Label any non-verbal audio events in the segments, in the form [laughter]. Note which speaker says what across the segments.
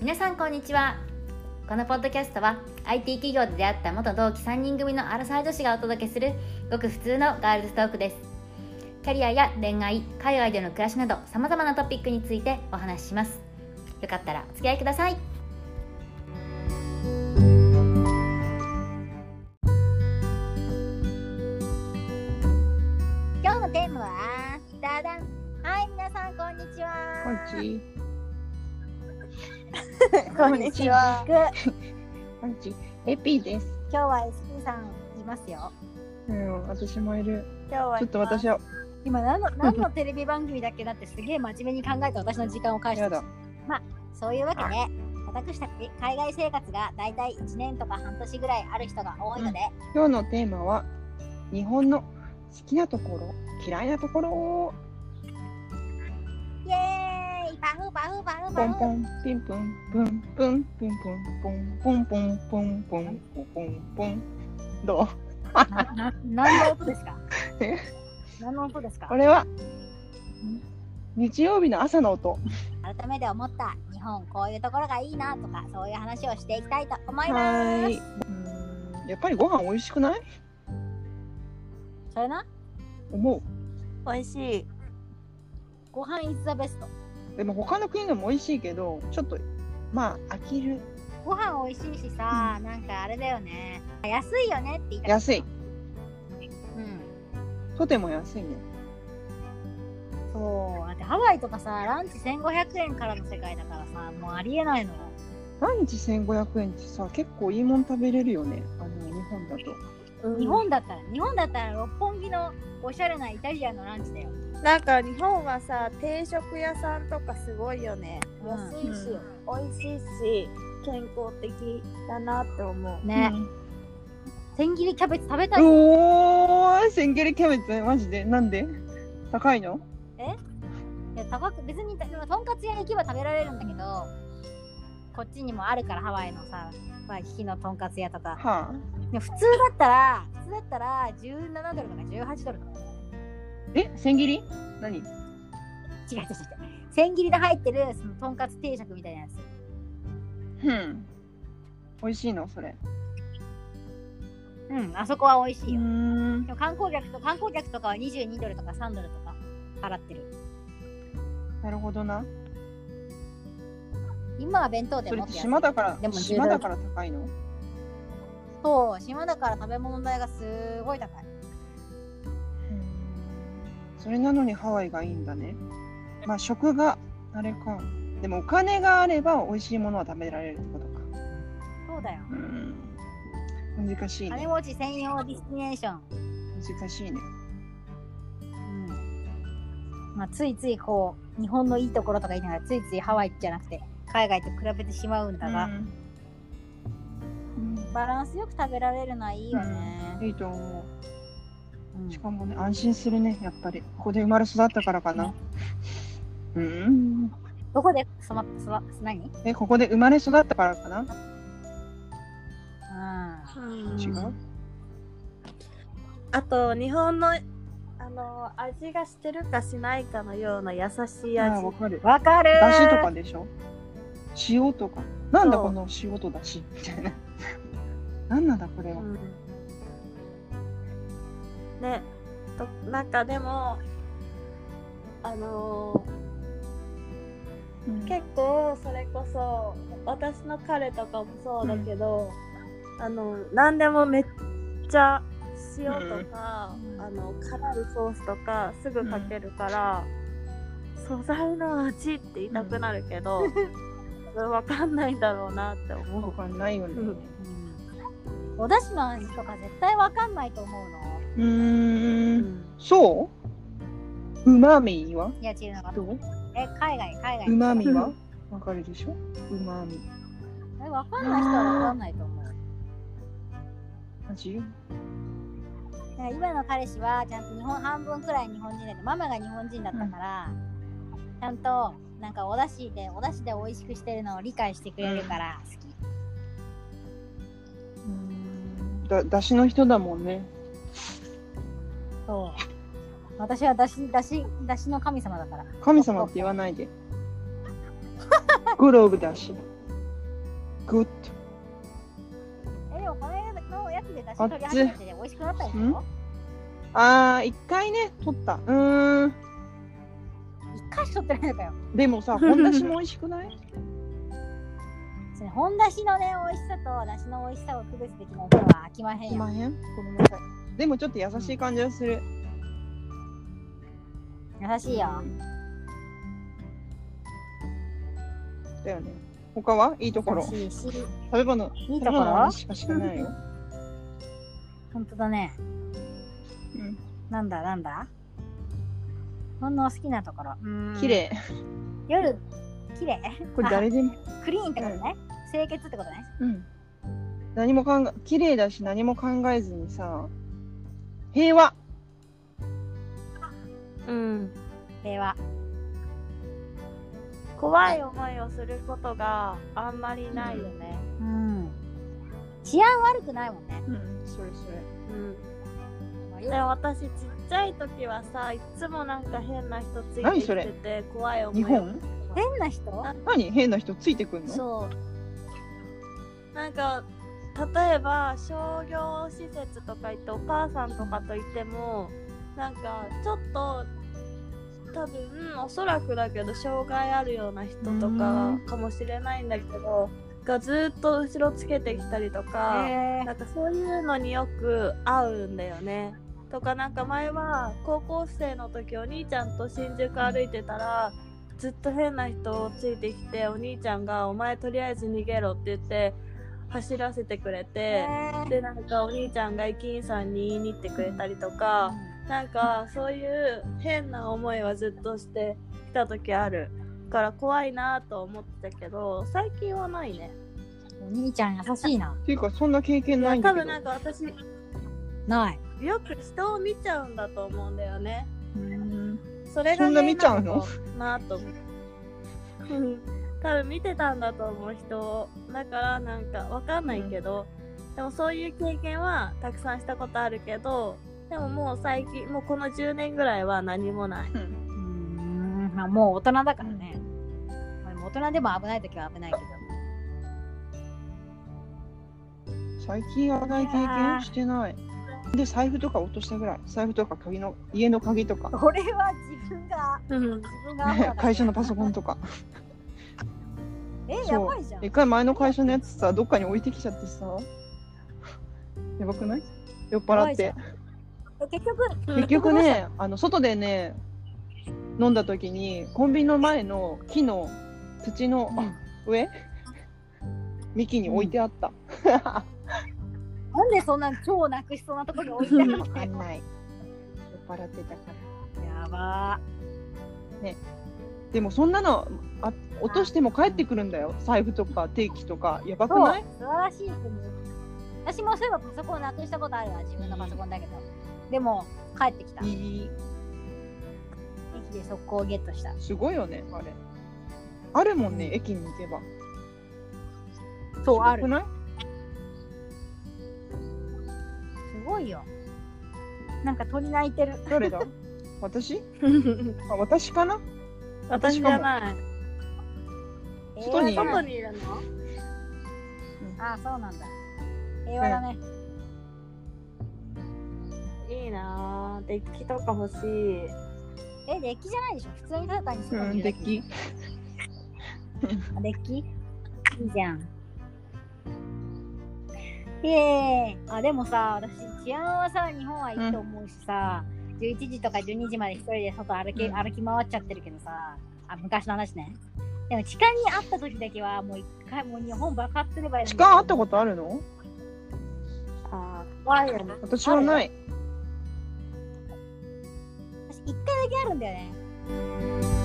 Speaker 1: 皆さんこんにちはこのポッドキャストは IT 企業で出会った元同期3人組のアラサー女子がお届けするごく普通のガールズトークですキャリアや恋愛海外での暮らしなどさまざまなトピックについてお話ししますよかったらお付き合いください今日のテーマはダダンはい皆さんこんにちは
Speaker 2: こんにち
Speaker 3: こんにちは。今
Speaker 2: こんにちエピです。
Speaker 3: 日は SP さんいますよ。
Speaker 2: うん、私もいる。
Speaker 3: 今日は
Speaker 2: ちょっと私は、
Speaker 3: 今何の何のテレビ番組だっけだってすげえ真面目に考えて私の時間を返して
Speaker 2: や
Speaker 3: ま
Speaker 2: だ
Speaker 3: す。。そういうわけで、私たち海外生活がだいたい1年とか半年ぐらいある人が多いので、
Speaker 2: 今日のテーマは、日本の好きなところ、嫌いなところを、
Speaker 3: イエーイパフパフパフ
Speaker 2: ポ
Speaker 3: パ
Speaker 2: ン
Speaker 3: フ
Speaker 2: ポン、ピンポン、プンプン、ピンポン、ポンポンポンポンポンポンポンポン。ど
Speaker 3: なな何の音ですか
Speaker 2: え
Speaker 3: [laughs] 何の音ですか
Speaker 2: うこれは、日曜日の朝の音。
Speaker 3: 改めて思った日本こういうところがいいなとかそういう話をしていきたいと思い
Speaker 2: は
Speaker 3: ま
Speaker 2: ー
Speaker 3: す
Speaker 2: い。うんやっぱりご飯美味しくない
Speaker 3: それな
Speaker 2: 思
Speaker 4: 美味しい。
Speaker 3: ご飯いつザベスト
Speaker 2: う。でも他の国でも美味しいけど、ちょっと、まあ、飽きる。
Speaker 3: ご飯美味しいしさ、なんかあれだよね安いよねって言いたかった
Speaker 2: 安い。
Speaker 3: うん
Speaker 2: とても安いね。
Speaker 3: そうだってハワイとかさランチ1500円からの世界だからさもうありえないの
Speaker 2: ランチ1500円ってさ結構いいもん食べれるよねあの日本だと
Speaker 3: 日本だったら日本だったら六本木のおしゃれなイタリアンのランチだよ
Speaker 4: なんか日本はさ、定食屋さんとかすごいよね。
Speaker 3: うん
Speaker 4: 安いし、美味しいし、健康的だなって思う。
Speaker 3: ね、千切りキャベツ食べた
Speaker 2: う
Speaker 3: い
Speaker 2: おー千切りキャベツマジでなんで高いの
Speaker 3: いや高く別にでもとんかつ屋行けば食べられるんだけどこっちにもあるからハワイのさまあ引きのとんかつ屋とか
Speaker 2: はあ
Speaker 3: でも普通だったら普通だったら17ドルとか18ドルとか
Speaker 2: え千切り何
Speaker 3: 違う違う違う千切りで入ってるそのとんかつ定食みたいなやつ
Speaker 2: うん美味しいのそれ
Speaker 3: うんあそこは美味しいよ、
Speaker 2: ん
Speaker 3: でも観光客と観光客とかは22ドルとか3ドルとか払ってる
Speaker 2: なるほどな
Speaker 3: 今は弁当で
Speaker 2: それ
Speaker 3: も
Speaker 2: っ
Speaker 3: ってて
Speaker 2: 島だから
Speaker 3: でも十
Speaker 2: 島
Speaker 3: 分
Speaker 2: だから高いの
Speaker 3: そう島だから食べ物代がすごい高い
Speaker 2: それなのにハワイがいいんだねまあ食があれかでもお金があれば美味しいものは食べられるってことか
Speaker 3: そうだよ
Speaker 2: うん難しいね
Speaker 3: 金持ち専用ディスティネーション、
Speaker 2: 難しいね
Speaker 3: うんまあ、ついついこう日本のいいところとか言いながらついついハワイじゃなくて海外と比べてしまうんだが、
Speaker 2: うん
Speaker 3: バランスよく食べられるのはいいよね、
Speaker 2: いいと思
Speaker 3: うん
Speaker 2: うしかもね安心するねやっぱりここで生まれ育ったからかなうん
Speaker 3: どこでそまそま何
Speaker 2: えここで生まれ育ったからかな
Speaker 3: うん
Speaker 2: 違う、
Speaker 4: あと、日本の、あの、味がしてるかしないかのような優しい
Speaker 2: ああ
Speaker 4: 味。
Speaker 2: わかる
Speaker 3: わかるー
Speaker 2: だしとかでしょ塩とかなんだ
Speaker 4: そう
Speaker 2: この塩とだしみたいな [laughs] なんなんだこれは
Speaker 4: うんねとなんかでもあのー結構それこそ私の彼とかもそうだけど、あの何でもめっちゃ塩とか、
Speaker 3: うん
Speaker 4: あの辛いソースとかすぐかけるから、素材の味って言いたくなるけど、それわかんないんだろうなって思
Speaker 2: わ
Speaker 4: う。
Speaker 2: かんないよね
Speaker 4: うん
Speaker 3: うんお出汁の味とか絶対わかんないと思うの
Speaker 2: う
Speaker 4: う
Speaker 2: ーん
Speaker 4: ん
Speaker 2: そううまみはい
Speaker 3: や違うのか
Speaker 2: どう
Speaker 3: え海外海外
Speaker 2: うまみはわかるでしょうまみ
Speaker 3: えわかんない人はわかんないと思う
Speaker 2: 味よ
Speaker 3: だから今の彼氏はちゃんと日本半分くらい日本人でママが日本人だったから、ちゃんとなんかお出汁でお出汁で美味しくしてるのを理解してくれるから好き、
Speaker 2: だだしの人だもんね
Speaker 3: そう私はだしだしだしの神様だから
Speaker 2: 神様って言わないでグローブだし Gut.
Speaker 3: えでもこの間のやつで出汁取り始めて美味しくなったでし
Speaker 2: ん
Speaker 3: ょ
Speaker 2: あー、一回ね、取った。うーん。
Speaker 3: 一回しか取ってないのかよ
Speaker 2: でもさ、本出しも美味しくない
Speaker 3: それ本だしのね美味しさとだしの美味しさを区別できないとは飽きまへん
Speaker 2: す
Speaker 3: よ
Speaker 2: まへん。ごめんなさい。でもちょっと優しい感じがする。
Speaker 3: 優しいよ
Speaker 2: だよね。他はいいところ。食
Speaker 3: 優しいし
Speaker 2: べ物、食
Speaker 3: いい
Speaker 2: べ
Speaker 3: とこ
Speaker 2: 物の
Speaker 3: ろ
Speaker 2: 話しかしてないよ。
Speaker 3: 本当だね
Speaker 2: うん。
Speaker 3: なんだなんだほんの好きなところうーん
Speaker 2: 綺麗。
Speaker 3: 夜綺麗
Speaker 2: これ誰でも。
Speaker 3: クリーンってことね清潔ってことね
Speaker 2: うん。何も考え、綺麗だし何も考えずにさ、平和。
Speaker 4: うん、
Speaker 3: 平和
Speaker 4: 怖い思いをすることがあんまりないよね。
Speaker 3: うん治安悪くないもんね
Speaker 2: うん、それそれ。
Speaker 4: うん
Speaker 3: うん
Speaker 4: で私ちっちゃい時はさいつもなんか変な人ついて
Speaker 2: 何
Speaker 4: き
Speaker 2: それ
Speaker 4: てて怖い思い
Speaker 2: 日
Speaker 4: を
Speaker 2: 本
Speaker 3: 変な人
Speaker 2: 何変な人ついてくんの
Speaker 4: そうなんか例えば商業施設とか行ってお母さんとかと行ってもなんかちょっと多分おそらくだけど障害あるような人とかかもしれないんだけどがずっと後ろつけてきたりとか。
Speaker 3: へ
Speaker 4: なんかそういうのによく合うんだよね。とかなんか前は高校生の時お兄ちゃんと新宿歩いてたらずっと変な人をついてきてお兄ちゃんが「お前とりあえず逃げろ」って言って走らせてくれてでなんかお兄ちゃんが駅員さんに言いに行ってくれたりとかなんかそういう変な思いはずっとしてきた時あるから怖いなと思ってたけど最近はないね。
Speaker 3: お兄ちゃん優しいな
Speaker 2: っていうか、そんな経験ないんだ
Speaker 4: 多
Speaker 2: け
Speaker 4: 分
Speaker 2: ど。
Speaker 4: なんか私
Speaker 3: ない
Speaker 4: よく人を見ちゃうんだと思うんだよね。
Speaker 3: うん
Speaker 4: それが、ね、
Speaker 2: そんな見ちゃうの
Speaker 4: なと思う。うん多分見てたんだと思う人をだからなんかわかんないけど、でもそういう経験はたくさんしたことあるけどでももう最近もうこの10年ぐらいは何もない。
Speaker 2: うん
Speaker 3: うんまあもう大人だからね、まあでも大人でも危ない時は危ないけど
Speaker 2: 最近危ない経験してない。で、財布とか落としたぐらい。財布とか鍵の、家の鍵とか、 [laughs]
Speaker 3: これは自分が
Speaker 4: うん
Speaker 3: 自分が危なかった
Speaker 2: 会社のパソコンとか。
Speaker 3: え
Speaker 2: そう
Speaker 3: やばいじゃん
Speaker 2: 一回前の会社のやつさ、どっかに置いてきちゃってさ。やばくない酔っ払って。
Speaker 3: え結局
Speaker 2: 結局ね、あの外でね、飲んだ時に、コンビニの前の木の土の
Speaker 3: うん
Speaker 2: あ上、幹に置いてあった。
Speaker 3: なんでそんな超なくしそうなところに置いてある
Speaker 2: [laughs] わ
Speaker 3: の
Speaker 2: かんない。酔っ払ってたから。
Speaker 3: やば
Speaker 2: でもそんなのあ落としても帰ってくるんだよ財布とか定期とかやばく
Speaker 3: そ
Speaker 2: な
Speaker 3: う
Speaker 2: い
Speaker 3: 素晴らしい国私もそういえばパソコンなくしたことあるわ自分のパソコンだけどでも帰ってきた
Speaker 2: い
Speaker 3: 駅
Speaker 2: い
Speaker 3: で速攻ゲットした
Speaker 2: すごいよねあれあるもんね、駅に行けば
Speaker 3: そう
Speaker 2: す
Speaker 3: あ
Speaker 2: ごく
Speaker 3: る
Speaker 2: ない
Speaker 3: すごいよなんか鳥鳴いてる
Speaker 2: ど [laughs] れだ私
Speaker 4: うん
Speaker 2: あ私かな
Speaker 4: [laughs] 私じゃない。
Speaker 2: 外に
Speaker 3: 平和だ
Speaker 4: 外
Speaker 3: ね
Speaker 4: にいるの
Speaker 3: あそうなんだ平和だね
Speaker 4: いいなぁ。デッキとか欲しい。
Speaker 3: えデッキじゃないでしょ普通にただ単に
Speaker 2: う
Speaker 3: 外に
Speaker 2: ん
Speaker 3: いる
Speaker 2: デ
Speaker 3: だ
Speaker 2: ッ
Speaker 3: け
Speaker 2: キ
Speaker 3: あデッキいいじゃんイエーイあでもさ私治安はさ日本はいいと思うしさ、11時とか12時まで一人で外歩き,、
Speaker 2: うん
Speaker 3: 歩き回っちゃってるけどさあ昔の話ねでも痴漢に会った時だけはもう一回もう日本爆発すればいいのに
Speaker 2: 痴漢あったことあるの
Speaker 4: あー怖いよね。
Speaker 2: 私はない
Speaker 3: 私一回だけあるんだよね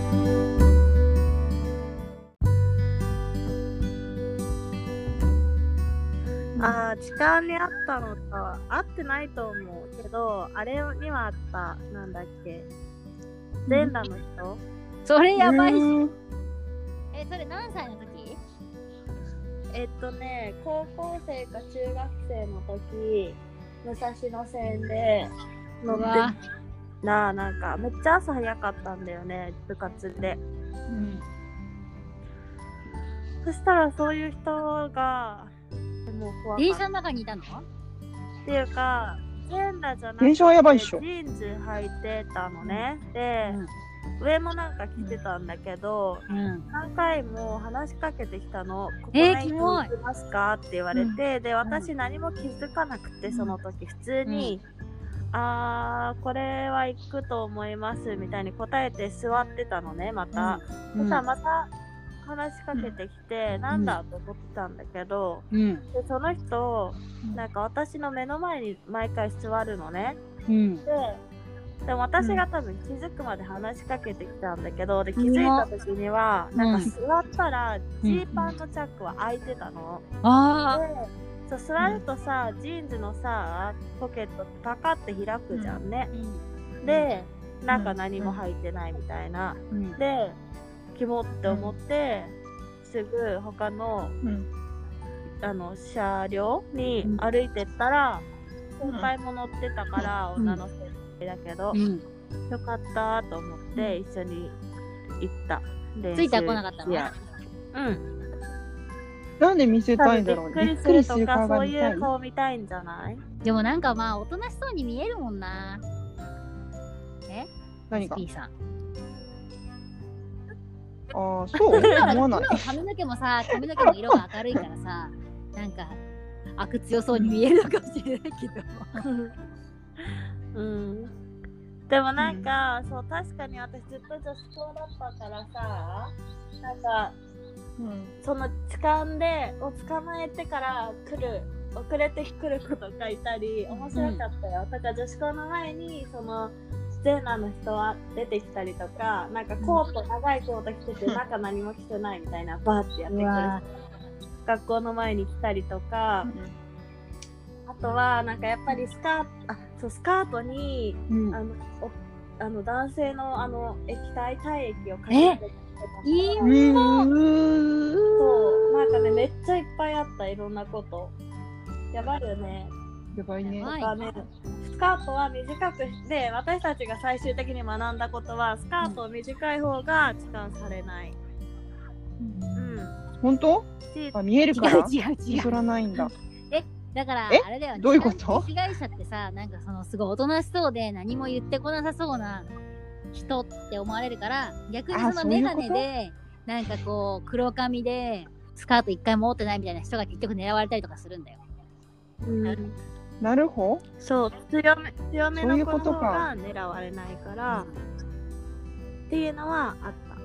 Speaker 4: あー痴漢にあったのとは合ってないと思うけどあれにはあったなんだっけ全裸の人、
Speaker 3: それやばいし、
Speaker 2: うん
Speaker 1: えそれ何歳の時
Speaker 4: えっとね高校生か中学生の時武蔵野線で乗
Speaker 3: う
Speaker 4: っ
Speaker 3: わ
Speaker 4: てなあなんかめっちゃ朝早かったんだよね部活でそしたらそういう人がもう怖かった
Speaker 3: 電車の中にいたの
Speaker 4: っていうか全裸じゃなくて
Speaker 2: 電車はやばいっしょ
Speaker 4: ジーンズ履いてたのね、で、上もなんか着てたんだけど、
Speaker 3: うん。
Speaker 4: 何回も話しかけてきたの「ここ
Speaker 3: えー
Speaker 4: 何
Speaker 3: キ
Speaker 4: 着
Speaker 3: モい
Speaker 4: ますか?」って言われて、で私何も気づかなくてその時普通に「あーこれは行くと思います」みたいに答えて座ってたのねまた、
Speaker 3: うん
Speaker 4: そしたらまた話しかけてきて、なんだと思ってたんだけど、
Speaker 3: うん。
Speaker 4: でその人
Speaker 2: うん
Speaker 4: なんか私の目の前に毎回座るのね
Speaker 3: うん。
Speaker 4: ででも私が多分気づくまで話しかけてきたんだけどで気づいた時には
Speaker 3: うん
Speaker 4: なんか座ったらジーパンのチャックは開いてたの、
Speaker 3: あ
Speaker 4: でそう座るとさジーンズのさポケットってパカって開くじゃんね
Speaker 3: あ。、うん。
Speaker 4: でなんか何も入ってないみたいな、
Speaker 3: うん。
Speaker 4: でキモって思って、すぐ他の
Speaker 2: うん
Speaker 4: あの車両に歩いてったら、
Speaker 2: うん
Speaker 4: 先輩も乗ってたから、
Speaker 3: うん
Speaker 4: 女の先輩だけど、
Speaker 3: うん。
Speaker 4: よかったと思って一緒に行った。
Speaker 3: ついては来なかったの
Speaker 4: いやうん。
Speaker 2: なんで見せたいんだ
Speaker 4: 多
Speaker 2: ろうね。
Speaker 4: 分び
Speaker 2: び
Speaker 4: っ
Speaker 2: っ
Speaker 4: く
Speaker 2: く
Speaker 4: り
Speaker 2: り
Speaker 4: す
Speaker 2: す
Speaker 4: る
Speaker 2: る
Speaker 4: とか
Speaker 2: 顔
Speaker 4: そ
Speaker 2: が見
Speaker 4: うい。
Speaker 2: たいう
Speaker 4: 顔見たいんじゃない
Speaker 3: でもなんかまあおとなしそうに見えるもんな。え
Speaker 2: 何
Speaker 3: ス
Speaker 2: が
Speaker 3: ピーさん。
Speaker 2: ああ、そう
Speaker 3: だから
Speaker 2: 思わ
Speaker 3: 今
Speaker 2: ない
Speaker 3: の。髪の毛もさ髪の毛の色が明るいからさなんか悪強そうに見えるのかもしれないけど。
Speaker 4: [laughs] うん。でもなんか、そう確かに私ずっと女子校だったからさなんか
Speaker 2: うん
Speaker 4: その痴漢でを捕まえてから来る遅れてくる子とかいたり面白かったよ、だから女子校の前にそのゼーナの人は出てきたりとかなんかコート長いコート着てて
Speaker 2: うん
Speaker 4: 中何も着てないみたいなバーってやってく
Speaker 3: うわ
Speaker 4: る学校の前に来たりとか、あとはなんかやっぱりスカートあそうスカートに
Speaker 3: うん
Speaker 4: あのおあの男性のあの液体体液をかけて
Speaker 3: えいいよ
Speaker 2: う
Speaker 4: そう、
Speaker 2: ー
Speaker 4: なん
Speaker 2: ん。
Speaker 4: かね、めっちゃいっぱいあった、いろんなこと。やばいよね。
Speaker 2: やばいね。
Speaker 3: はい
Speaker 4: なんかね、スカートは短くして、私たちが最終的に学んだことは、スカートを短い方が痴漢されない。うん。
Speaker 2: 本当
Speaker 4: し
Speaker 2: あ、見える
Speaker 3: 違
Speaker 2: から
Speaker 3: う違う違う
Speaker 2: 映。らないんだ。
Speaker 3: だから
Speaker 2: え
Speaker 3: あれだよね。
Speaker 2: どういうこと
Speaker 3: 被害者ってさなんかそのすごいおとなしそうで何も言ってこなさそうな人って思われるから逆に
Speaker 2: あ
Speaker 3: そ
Speaker 2: そ
Speaker 3: の
Speaker 2: うい
Speaker 3: 眼
Speaker 2: うこと
Speaker 3: 鏡でなんかこう黒髪でスカート一回も持ってないみたいな人が結局狙われたりとかするんだよ。
Speaker 4: うん
Speaker 2: なるほ
Speaker 4: そう、強め、強め
Speaker 2: そういう
Speaker 4: の子
Speaker 2: こ
Speaker 4: の
Speaker 2: と
Speaker 4: 方
Speaker 2: か
Speaker 4: が狙われないから、っていうのはあった。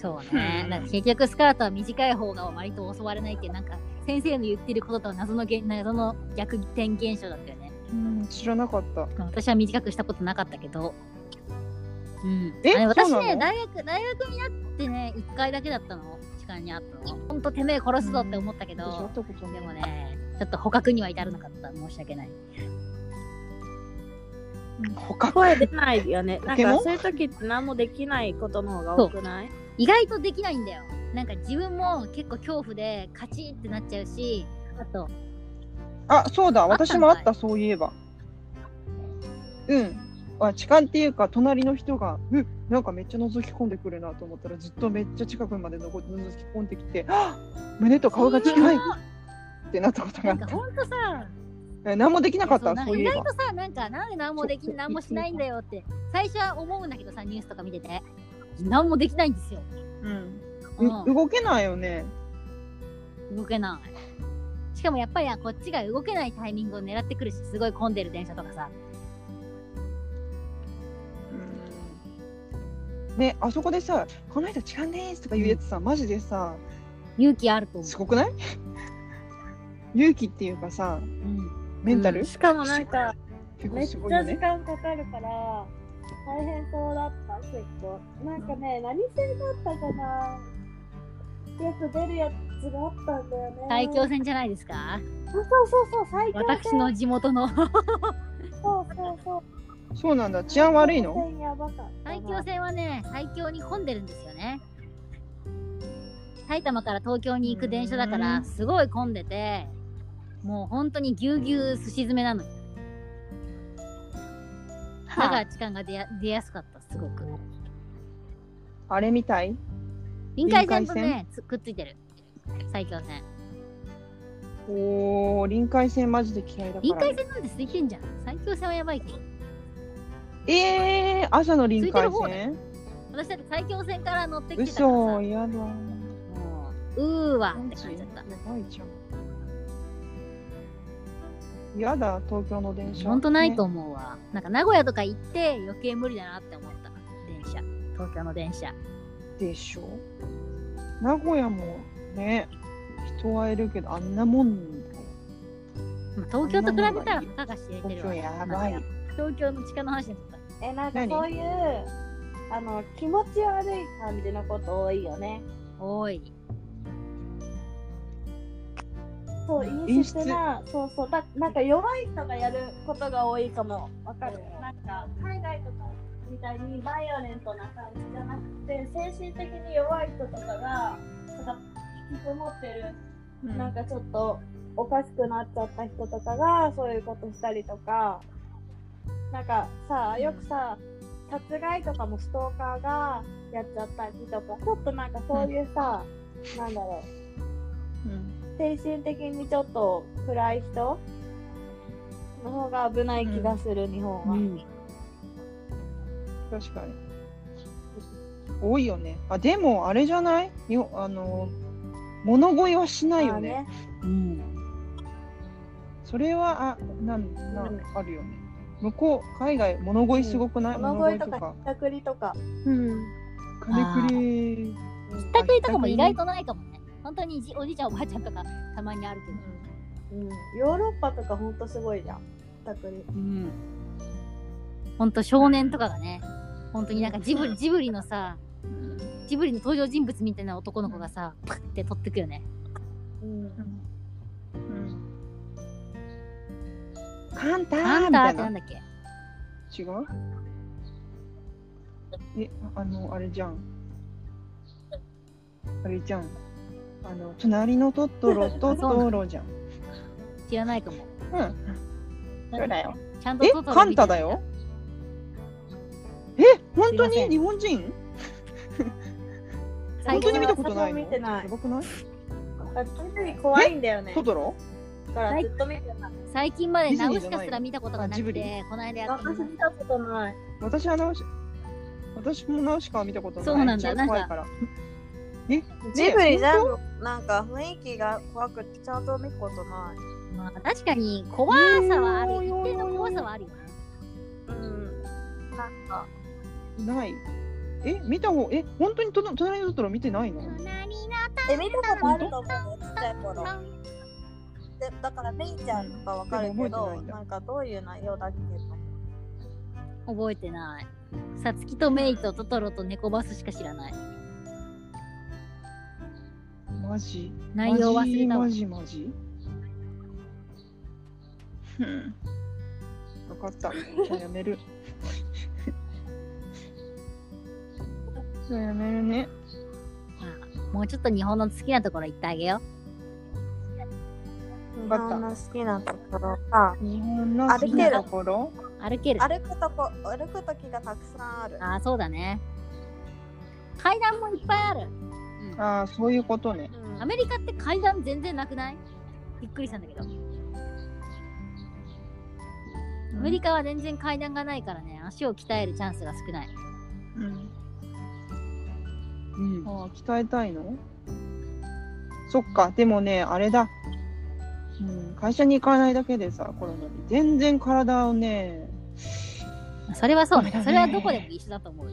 Speaker 3: そうね
Speaker 2: う。ん
Speaker 3: なんか結局スカートは短い方が割と襲われないっていうなんか先生の言ってることとは謎のげ謎の逆転現象だったよね。
Speaker 2: うん。知らなかった。
Speaker 3: まあ私は短くしたことなかったけど。うん、
Speaker 2: え
Speaker 3: あれ私
Speaker 2: そうな
Speaker 3: ね
Speaker 2: の
Speaker 3: 大学大学になってね一回だけだったの時間にあったのほんとてめえ殺すぞって思ったけ
Speaker 2: 私会
Speaker 3: ど
Speaker 2: っ、たこと
Speaker 3: で
Speaker 2: ない
Speaker 3: もねちょっと捕獲には至らなかった申し訳ない
Speaker 2: 捕獲。
Speaker 4: 声出ないよね。な
Speaker 2: ポ
Speaker 4: ん
Speaker 2: ケモ
Speaker 4: か
Speaker 2: ン
Speaker 4: そういう時って何もできないことの方が多くない
Speaker 3: 意外とできないんだよなんか自分も結構恐怖でカチッってなっちゃうしあと
Speaker 2: あ、そうだ。
Speaker 3: あったんかい
Speaker 2: 私もあった、そういえば。うん。あ、痴漢っていうか、隣の人が、うっなんかめっちゃ覗き込んでくるなと思ったら、ずっとめっちゃ近くまでのこ覗き込んできて、はっ胸と顔が近いってなったことが
Speaker 3: な
Speaker 2: あっ
Speaker 3: んかほんとさ
Speaker 2: た。え何もできなかっ
Speaker 3: そ
Speaker 2: た、
Speaker 3: うなんか
Speaker 2: そうい
Speaker 3: 意
Speaker 2: え
Speaker 3: 外
Speaker 2: ば。
Speaker 3: とさなんかなんで何もでき
Speaker 2: そう
Speaker 3: 何もしないんだよって最初は思うんだけどさニュースとか見てて何もできないんですよ、
Speaker 2: うん。
Speaker 3: うん
Speaker 2: う動けないよね。
Speaker 3: 動けないしかもやっぱりあこっちが動けないタイミングを狙ってくるしすごい混んでる電車とかさ
Speaker 2: うんね、あそこでさ、この人痴漢でーすとか言うやつさ、マジでさ、
Speaker 3: 勇気あると思
Speaker 2: すごくない勇気っていうかさ、
Speaker 3: う、うん、
Speaker 2: メンタル、
Speaker 3: う
Speaker 4: しかもなんか、
Speaker 2: 結構
Speaker 4: めっち
Speaker 2: すごいよ
Speaker 4: ゃ時
Speaker 2: ね。
Speaker 4: 間かかるから大変そうだった結構なんかね何線だったかなよく出るやつがあったんだよね
Speaker 3: 大京線じゃないですか
Speaker 4: あそうそうそう最強線
Speaker 3: 私の地
Speaker 2: [laughs]
Speaker 3: 元の
Speaker 4: そうそうそう
Speaker 2: そうなんだ、治安悪いの
Speaker 4: 最強線やばかったな
Speaker 3: 大京線はね最強に混んでるんですよね埼玉から東京に行く電車だか
Speaker 2: う
Speaker 3: ら
Speaker 2: ん
Speaker 3: すごい混んでてもう本当にぎゅうぎゅうすし詰めなのよだから時間が出や出やすかったすごく
Speaker 2: あれみたい
Speaker 3: 臨海線とねつくっついてる埼京線
Speaker 2: おー、臨海線マジで嫌いだから。
Speaker 3: 臨海線なんて空いてんじゃん埼京線はやばいけど
Speaker 2: えー、朝の臨
Speaker 3: 空い
Speaker 2: 海
Speaker 3: てる方だ
Speaker 2: 線
Speaker 3: 私だって埼京線から乗ってきてたからさ
Speaker 2: 嘘、
Speaker 3: も
Speaker 2: 嫌だ。
Speaker 3: ううーわ
Speaker 2: マ
Speaker 3: って
Speaker 2: ジ
Speaker 3: 感じ
Speaker 2: や
Speaker 3: だった
Speaker 2: ばいじゃん。嫌だ、東京の電車。
Speaker 3: ほんとないと思うわ、なんか名古屋とか行って余計無理だなって思った電車東京の電車
Speaker 2: ねでしょ。名古屋もね、人はいるけど、あんなもんだよ。
Speaker 3: まあ東京と比べたら高が知れて
Speaker 2: 東
Speaker 3: るわ
Speaker 2: 京やばい。
Speaker 3: 東京の地下の話だった
Speaker 4: えなんか
Speaker 2: 何
Speaker 4: そういうあの気持ち悪い感じのこと多いよね
Speaker 3: おい
Speaker 4: そう
Speaker 2: 陰
Speaker 4: 陰
Speaker 2: 湿
Speaker 4: 湿なそうそうだなんか弱い人がやることが多いかもわかるなんか海外とかみたいにバイオレントな感じじゃなくて精神的に弱い人とかがなんか引きこもってるなんかちょっとおかしくなっちゃった人とかがそういうことしたりとかなんかさよくさ殺害とかもストーカーがやっちゃったりとかちょっとなんかそういうさ、なんだろ
Speaker 2: うん
Speaker 4: う精神的にちょっと暗い人の方が危ない気がする、日本は、
Speaker 3: うん
Speaker 2: 確かに。多いよね。あ、でも、あれじゃないよあの、物乞いはしないよね。
Speaker 4: まあね
Speaker 3: うん
Speaker 2: それはあなんな
Speaker 4: うん
Speaker 2: んあるよね。向こう海外物乞いすごくない？
Speaker 4: 物乞いとかひったくりとか
Speaker 2: 金くり。
Speaker 3: ひったくりとかも意外とないかもね本当にじおじいちゃんおばあちゃんとかたまにあるけど
Speaker 4: うん、ヨーロッパとかほんとすごいじゃんひったくり
Speaker 3: うん本当少年とかがね本当になんかジブリジブリのさジブリの登場人物みたいな男の子がさパッて取ってくよね
Speaker 4: うん
Speaker 2: うん。カンタ
Speaker 3: あ
Speaker 2: ー
Speaker 3: ん
Speaker 2: み
Speaker 3: た
Speaker 2: た
Speaker 3: ーっ
Speaker 2: い
Speaker 3: てな。
Speaker 2: なん
Speaker 3: だっけ
Speaker 2: 違う？えあのあれじゃん。あれじゃん。あの隣のトトロトトロじゃん。
Speaker 3: 知らないかも
Speaker 2: うん。そうだよ。
Speaker 3: ちゃんと
Speaker 2: え
Speaker 3: トトロ
Speaker 2: カン
Speaker 3: 見て
Speaker 2: タ
Speaker 3: る
Speaker 2: だよ。え本当
Speaker 3: すいませ
Speaker 2: に
Speaker 3: ん
Speaker 2: 日本人？
Speaker 3: 最
Speaker 2: 本当
Speaker 3: 近
Speaker 2: に見たことない
Speaker 4: 私
Speaker 2: の？
Speaker 4: も見てない
Speaker 2: やばくない？
Speaker 4: あジブリ怖いんだよね
Speaker 2: ト。トロ？
Speaker 4: だからずっと見てない。
Speaker 3: 最近まで
Speaker 2: ディズ
Speaker 3: ナ
Speaker 2: ニ
Speaker 3: ウ
Speaker 2: ーじ
Speaker 3: シ
Speaker 2: ゃ
Speaker 3: カ
Speaker 2: ない
Speaker 3: すら見たことがな
Speaker 2: あジ
Speaker 3: く
Speaker 2: ブリ
Speaker 3: てこの間やって
Speaker 4: 私
Speaker 3: み
Speaker 4: 見たことない。
Speaker 2: 私はナウシ私もナウシカは見たことない。
Speaker 3: そうなんだ
Speaker 2: 一応怖いから。え、
Speaker 4: ジブリ
Speaker 2: ね
Speaker 4: じゃん。なんか雰囲気が怖くてちゃんと見たことない。
Speaker 3: まあ、確かに怖さはある一定の怖さはあるよね
Speaker 4: うん。なんか。
Speaker 2: 本当ない。え、見た方、え、本当にと隣のトトロ見てないの？
Speaker 4: え、見たことあると思うよ。ちっちゃい頃。でだから、メイちゃんとかわかるけ
Speaker 2: でも覚えてない
Speaker 4: ど、
Speaker 2: んだ
Speaker 4: なんかどういう内容だっけ
Speaker 3: 覚えてないさつきとメイとトトロと猫バスしか知らない
Speaker 2: マジ。
Speaker 3: 内容
Speaker 2: マ
Speaker 3: 忘
Speaker 2: ジ
Speaker 3: れたわ
Speaker 2: マジマジ。うん。分かった。 [laughs] じゃあやめる。じゃあやめるね。
Speaker 3: もうちょっと日本の好きなところ行ってあげよ
Speaker 4: 日
Speaker 2: わかった
Speaker 4: 本の好きなところか。
Speaker 2: 日本の好きなところ。
Speaker 3: う歩ける
Speaker 4: 歩くとこ、歩くときがたくさんある。
Speaker 3: ああそうだね階段もいっぱいある、うん
Speaker 2: ああ、そういうことね。
Speaker 4: うん
Speaker 3: アメリカって階段全然なくないびっくりしたんだけどアメリカは全然階段がないからね足を鍛えるチャンスが少ない、
Speaker 2: うん。
Speaker 3: うん、
Speaker 2: ああ鍛えたいのそっかでもねあれだ、うん、会社に行かないだけでさコロナで全然体をね、
Speaker 3: それはそうね
Speaker 2: そうだね
Speaker 3: それはどこでも一緒だと思うよ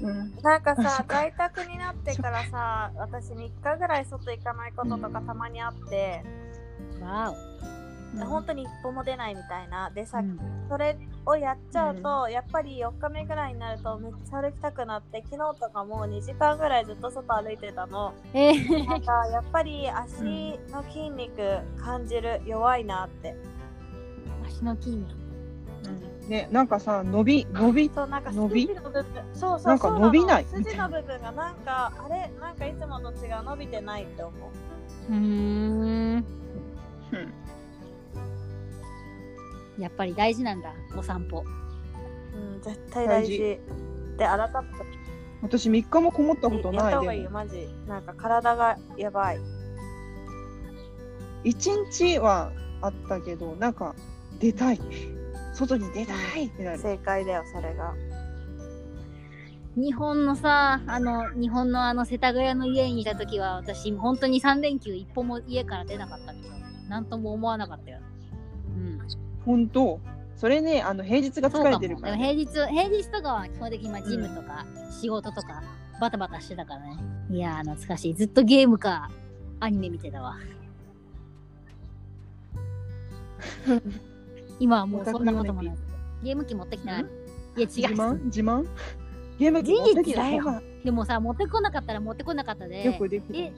Speaker 2: うん、
Speaker 4: なん
Speaker 2: あ
Speaker 4: か
Speaker 2: そ
Speaker 4: さ
Speaker 2: っ、か
Speaker 4: 在宅になってからさ、私3日ぐらい外行かないこととかたまにあって、
Speaker 3: わ
Speaker 4: 本当に一歩も出ないみたいな。で
Speaker 3: お、
Speaker 4: さ、
Speaker 3: うん
Speaker 4: それをやっちゃうと、やっぱり4日目ぐらいになるとめっちゃ歩きたくなって昨日とかもう2時間ぐらいずっと外歩いてたの
Speaker 3: え
Speaker 4: なんかやっぱり足の筋肉感じる弱いなって
Speaker 3: 足の筋肉
Speaker 2: うんねなんかさ伸び伸び
Speaker 4: そうなんか
Speaker 2: 伸び
Speaker 4: 筋の部分そうそう
Speaker 2: なんか
Speaker 4: そう
Speaker 2: 伸びない
Speaker 4: の筋の部分がなんかあれなんかいつもと違う伸びてないって思う
Speaker 3: うーん
Speaker 2: うん
Speaker 3: やっぱり大事なんだお散歩
Speaker 4: うん絶対大事
Speaker 2: 大
Speaker 4: で改めて
Speaker 2: 私3日もこもったこと
Speaker 4: やっ
Speaker 2: な
Speaker 4: た
Speaker 2: い
Speaker 4: 方がいい
Speaker 2: で
Speaker 4: よ
Speaker 2: も
Speaker 4: マジなんか体がやばい
Speaker 2: 1日はあったけどなんか出たい外に出たいってなる
Speaker 4: 正解だよそれが
Speaker 3: 日本のさあの日本のあの世田谷の家にいた時は私本当に3連休一歩も家から出なかったけどなんとも思わなかったよ、うん、
Speaker 2: 本当それねあの平日が
Speaker 3: そう
Speaker 2: 疲
Speaker 3: か
Speaker 2: れ
Speaker 3: も
Speaker 2: て
Speaker 3: で
Speaker 2: る
Speaker 3: も
Speaker 2: から、
Speaker 3: 平
Speaker 2: ね、
Speaker 3: 日平日とかは基本的にまあジムとか仕事とかバタバタしてたからねいやー懐かしいずっとゲームかアニメ見て [laughs] たわ今はもうそんなこともないゲーム機持ってきてない
Speaker 2: ん
Speaker 3: いや違
Speaker 2: 自
Speaker 3: う
Speaker 2: 慢自慢ゲーム機持ってきた方が
Speaker 3: でもさ持ってこなかったら持ってこなかったで
Speaker 2: よくでき
Speaker 3: え
Speaker 2: る、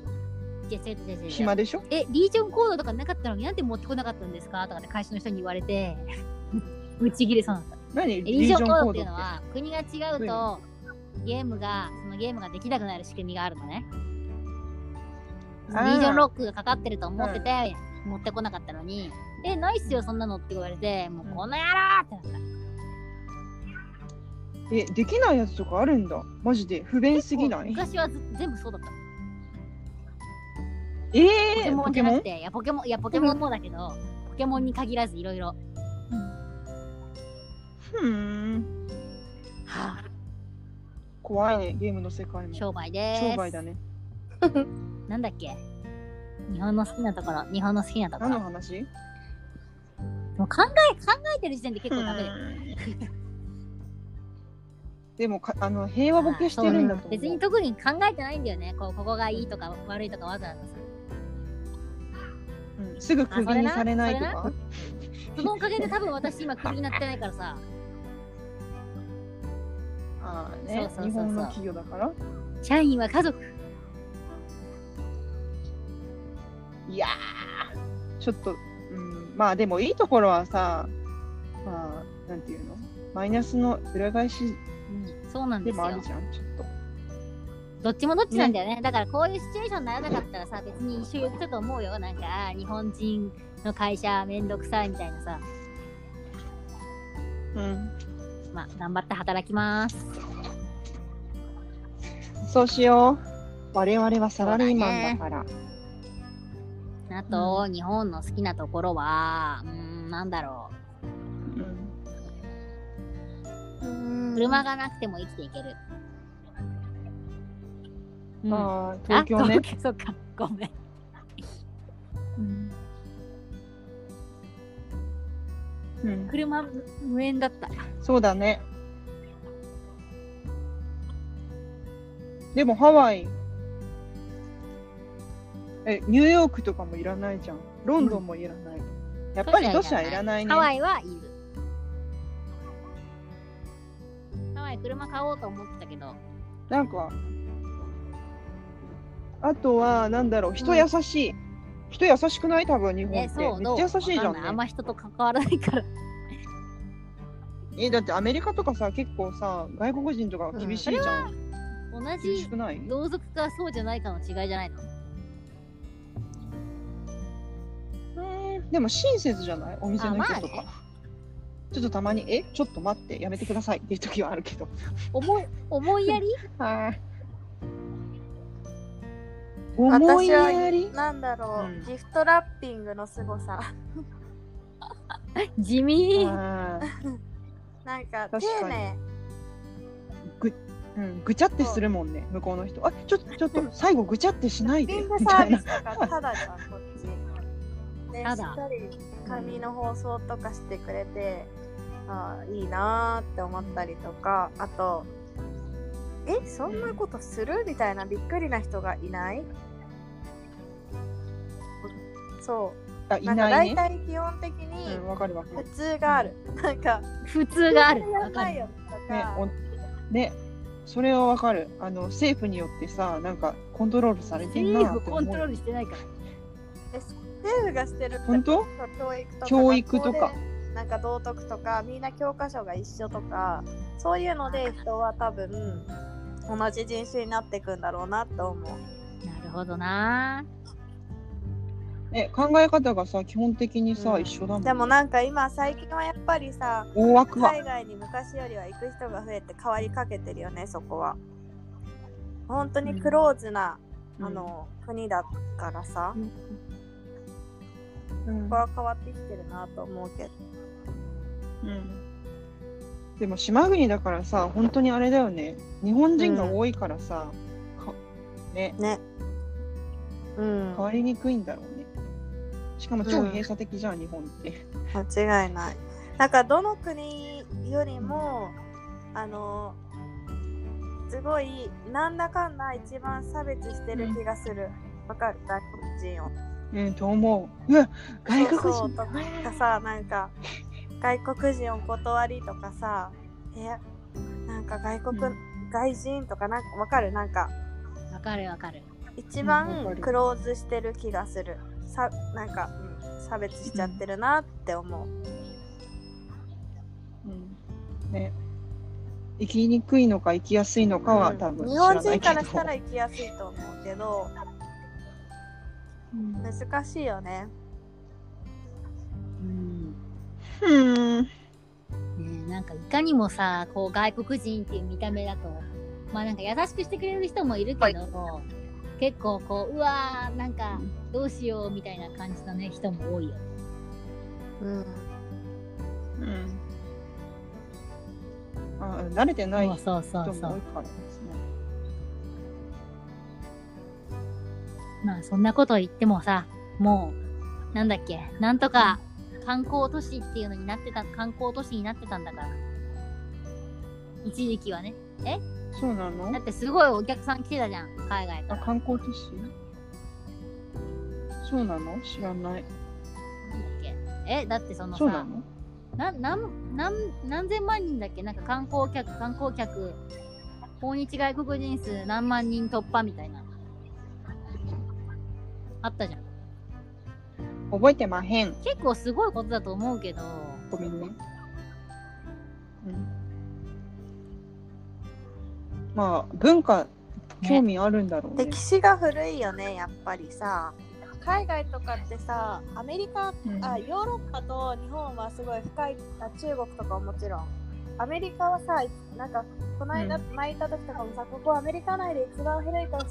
Speaker 3: じゃあ違う違う違う違う
Speaker 2: 暇でしょ
Speaker 3: え、リージョンコードとかなかったのになんで持ってこなかったんですかとかって会社の人に言われ [laughs] て、ぶち切れそうになった。
Speaker 2: 何
Speaker 3: え
Speaker 2: リ
Speaker 3: リー
Speaker 2: ー
Speaker 3: ジ
Speaker 2: ジ
Speaker 3: ョ
Speaker 2: ョ
Speaker 3: ン
Speaker 2: ン
Speaker 3: コ
Speaker 2: コ
Speaker 3: ード
Speaker 2: ー
Speaker 3: って
Speaker 2: ドっ
Speaker 3: いう
Speaker 2: て
Speaker 3: のは、国が違うと、ゲームが、そのゲームができなくなる仕組みがあるのね。リ
Speaker 2: あー
Speaker 3: ージョンロックがかかってると思ってて、持ってこなかったのに、え、ないっすよ、そんなのって言われて、もうこの野郎ってなった。
Speaker 2: えできないやつとかあるんだマジで不便すぎない
Speaker 3: 昔はず全部そうだった。
Speaker 2: え
Speaker 3: ポケ
Speaker 2: ー、
Speaker 3: モ
Speaker 2: ポ
Speaker 3: ン
Speaker 2: ケ
Speaker 3: じゃな
Speaker 2: モン
Speaker 3: くて、いや、ポケモン、いや、ポケモンもだけど、ポケモンに限らずいろいろ。
Speaker 2: ふーん怖いねゲームの世界も
Speaker 3: 商売でーす。
Speaker 2: 商売だね
Speaker 3: なんだっけ日本の好きなところ、日本の好きなとこ
Speaker 2: 何
Speaker 3: ろ。
Speaker 2: の
Speaker 3: も
Speaker 2: 話
Speaker 3: う考え、考えてる時点で結構ダメだよ。
Speaker 2: でもかあの平和ボケしてるんだと思う
Speaker 3: 別に特に考えてないんだよね。こう、ここがいいとか悪いとかわざわざさ。
Speaker 2: うんすぐクビにされないと
Speaker 3: あそ
Speaker 2: か
Speaker 3: そのおかげで多分私今クビになってないからさ。
Speaker 2: ああ
Speaker 3: そう
Speaker 2: ね
Speaker 3: そうそうそう
Speaker 2: 日本の企業だから
Speaker 3: 社員は家族。
Speaker 2: いやーちょっと、うん、まあでもいいところはさまあなんていうのマイナスの裏返し
Speaker 3: うん、そうなん
Speaker 2: で
Speaker 3: です
Speaker 2: もある
Speaker 3: よ。
Speaker 2: じゃんちょっと
Speaker 3: どっちもどっちなんだよね。だからこういうシチュエーションにならなかったらさ、別に一緒言ってたと思うよ。なんか、あー日本人の会社めんどくさいみたいなさ。
Speaker 2: うん
Speaker 3: まあ、頑張って働きます。
Speaker 2: そうしよう我々はサラリーマンだから
Speaker 3: あと、日本の好きなところは、うーん、なんだろう。
Speaker 2: うん
Speaker 3: 車がなくても生きていける。うんあ
Speaker 2: ああ東京ね
Speaker 3: 東京そっか、ごめん。
Speaker 2: うんうん
Speaker 3: 車無無縁だった。
Speaker 2: そうだね。でもハワイ、え、ニューヨークとかもいらないじゃん。ロンドンもいらない。やっぱり都市はいらないね
Speaker 3: ハ。ワイはいる。ハワイ車買おうと思ってたけど、
Speaker 2: なんか、あとは、なんだろう、人優しい。人優しくない多分日本
Speaker 3: え、
Speaker 2: って。
Speaker 3: そう、
Speaker 2: め
Speaker 3: ど
Speaker 2: っ
Speaker 3: う
Speaker 2: ちゃ優しいじゃ
Speaker 3: わかないあん
Speaker 2: んね。
Speaker 3: ま人と関わらな
Speaker 2: [laughs]
Speaker 3: いから。
Speaker 2: え、だってアメリカとかさ、結構さ、外国人とか厳しいじゃん。
Speaker 3: 同
Speaker 2: 厳し
Speaker 3: じ
Speaker 2: くない
Speaker 3: 同族かそうじゃないかの違いじゃないの
Speaker 2: でも親切じゃないお店の人と
Speaker 3: あま
Speaker 2: か。
Speaker 3: あ
Speaker 2: ちょっとたまに、え、ちょっと待って、やめてくださいっていう時はあるけど。[laughs]
Speaker 3: 思い思いやり
Speaker 2: 思いやり
Speaker 4: なんだろう、
Speaker 2: うん
Speaker 4: ギフトラッピングの凄さ
Speaker 3: 地味。
Speaker 2: あー
Speaker 4: なんか丁
Speaker 2: 確かに
Speaker 4: 寧
Speaker 2: うん、ぐちゃってするもんね、向こうの人。あ、ちょっと、ちょっと、最後ぐちゃってしないで。
Speaker 4: リン
Speaker 2: み
Speaker 4: グサ
Speaker 2: た
Speaker 4: ー
Speaker 2: い
Speaker 4: ビ
Speaker 2: な
Speaker 4: ス。とかただじゃんこっちで
Speaker 3: た
Speaker 4: し
Speaker 3: だ
Speaker 4: っかり紙の包装とかしてくれて、ああいいなーって思ったりとかあとえそんなことするみたいなびっくりな人がいないそ
Speaker 2: あ、
Speaker 4: う
Speaker 2: い
Speaker 4: なんか
Speaker 2: ない
Speaker 4: 大
Speaker 2: ね。
Speaker 4: 体基本的に
Speaker 2: うん、わかるわか
Speaker 4: 普
Speaker 2: る。
Speaker 4: 通がある、なんか
Speaker 3: 普通がある。
Speaker 4: や
Speaker 3: わ
Speaker 4: ん
Speaker 3: か
Speaker 4: ない
Speaker 3: る。
Speaker 4: よと
Speaker 2: ね
Speaker 4: か、、
Speaker 2: おね、それはわかる。あの、政府によってさ、なんかコントロールされてん
Speaker 3: 政
Speaker 2: な
Speaker 3: 府
Speaker 2: って
Speaker 3: コ
Speaker 2: 思
Speaker 3: ントロー
Speaker 2: う。
Speaker 3: ルしてないから。
Speaker 4: 政府がしてるって
Speaker 2: 本当
Speaker 4: 教育とか
Speaker 2: 教育とか
Speaker 4: 学校でなんか道徳とかみんな教科書が一緒とかそういうので人は多分同じ人種になっていくんだろうなと思う
Speaker 3: なるほどな。
Speaker 2: ね、考え方がさ、基本的にさ、
Speaker 4: うん
Speaker 2: 一緒だもん。
Speaker 4: でもなんか今最近はやっぱりさ
Speaker 2: 大枠は。
Speaker 4: 海外に昔よりは行く人が増えて変わりかけてるよねそこは本当にクローズな、
Speaker 2: うん
Speaker 4: あの国だからさ、
Speaker 2: うん
Speaker 4: ここは変わってきてるなと思うけど
Speaker 2: でも島国だからさ本当にあれだよね日本人が多いからさ、かね
Speaker 4: ねうん
Speaker 2: 変わりにくいんだろうねしかも超
Speaker 4: うん
Speaker 2: 閉鎖的じゃん、日本って
Speaker 4: 間違いないなんかどの国よりもあのすごいなんだかんだ一番差別してる気がするわ、かる外国人を
Speaker 2: うんと思ううわ外国人
Speaker 4: そうそうとかさなんか外国人お断りとかさえなんか外国、
Speaker 2: うん
Speaker 4: 外人とかなんかわかるなんか
Speaker 3: わかるわかる
Speaker 4: 一
Speaker 2: うんわか
Speaker 4: 番
Speaker 2: る
Speaker 4: クローズしてる気がするさなんか、うん差別しちゃってるなって思う、
Speaker 2: うんね生きにくいのか生きやすいのかは多分知
Speaker 4: 日本
Speaker 2: らな
Speaker 4: 人
Speaker 2: いけど、
Speaker 4: からしたら行きやすいと思うけど
Speaker 2: うん
Speaker 4: 難しいよね
Speaker 3: うん
Speaker 2: うん
Speaker 3: ねえなんかいかにもさこう外国人っていう見た目だとまあなんか優しくしてくれる人もいるけど、結構こううわーなんかどうしようみたいな感じのね人も多いよね
Speaker 4: うん
Speaker 2: うんあ慣れてない人
Speaker 3: そうそうそうそ
Speaker 2: も多いうからですね
Speaker 3: まあそんなこと言ってもさもうなんだっけなんとか観光都市っていうのになってた観光都市になってたんだから一時期はね
Speaker 2: そうなの
Speaker 3: だってすごいお客さん来てたじゃん海外か
Speaker 2: あ、
Speaker 3: ら
Speaker 2: 観光都市そうなの知らない。
Speaker 3: なんだっけえだってその
Speaker 2: そうな
Speaker 3: さ
Speaker 2: の
Speaker 3: なんなんなん何千万人だっけなんか観光客観光客訪日外国人数何万人突破みたいなあったじゃん
Speaker 2: 覚えてまへん。
Speaker 3: 結構すごいことだと思うけど
Speaker 2: ごめんね。うん、まあ、文化、興味あるんだろうね。
Speaker 4: 歴史が古いよねやっぱりさ海外とかってさアメリカ
Speaker 2: うん
Speaker 4: あヨーロッパと日本はすごい深いあ中国とかももちろんアメリカはさなんかこの間前行った時とかもさ、ここアメリカ内で一番古い都市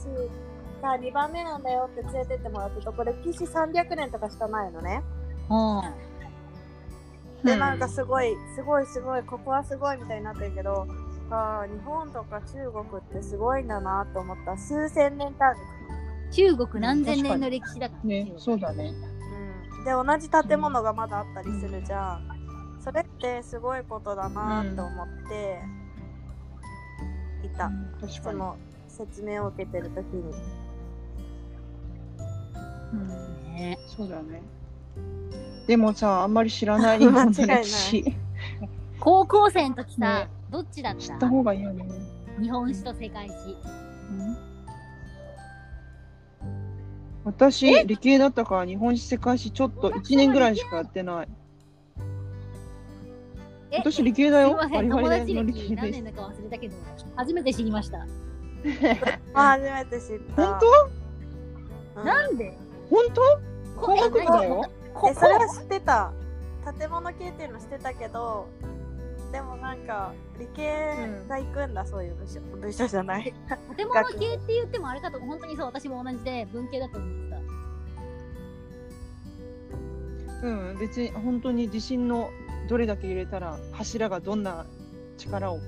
Speaker 4: が2番目なんだよって連れてってもらったとこ歴史300年とかしかないのね
Speaker 3: うん
Speaker 4: でなんかすごいすごいすごいここはすごいみたいになってるけどあー日本とか中国ってすごいんだなと思った数千年単位
Speaker 3: 中国何千年の歴史だから
Speaker 2: ね、
Speaker 3: 中
Speaker 2: そ
Speaker 3: 国
Speaker 2: うだね。
Speaker 4: うんで同じ建物がまだあったりするじゃん、それってすごいことだなと思っていた、
Speaker 2: うん確
Speaker 4: そ
Speaker 2: かに。
Speaker 4: の説明を受けてる時に
Speaker 2: うん
Speaker 3: ね
Speaker 2: そうだね。でもさ、あんまり知らない日
Speaker 4: [laughs]
Speaker 2: 本の歴史。
Speaker 3: 高校生の時さ、
Speaker 2: ね
Speaker 3: どっちだっ
Speaker 2: 知
Speaker 3: た
Speaker 2: った方がいいよね。
Speaker 3: 日本史と世界史
Speaker 2: うん私、理系だったから日本史世界史ちょっと1年ぐらいしかやってない。
Speaker 3: え
Speaker 2: 私理系だよ。
Speaker 3: すいま
Speaker 2: バ
Speaker 3: せ
Speaker 2: リ
Speaker 3: ん
Speaker 2: バ
Speaker 3: 友達
Speaker 2: リの理
Speaker 3: 歴
Speaker 2: 系
Speaker 3: 何
Speaker 2: です
Speaker 3: 年。だか忘れたけど初めて知りました
Speaker 4: まあ初めて知った
Speaker 2: 本当
Speaker 4: 当、うん
Speaker 3: なんで
Speaker 2: 本当
Speaker 3: こ
Speaker 2: 工学部だよ。
Speaker 4: えそれは知ってた建物系っていうの知ってたけどでもなんか理系が行くんだ、そういう部署部署じゃない
Speaker 3: 建物系って言ってもあれかと本当にそう私も同じで文系だと思ってた
Speaker 2: うん、別に本当に地震のどれだけ揺れたら柱がどんな力を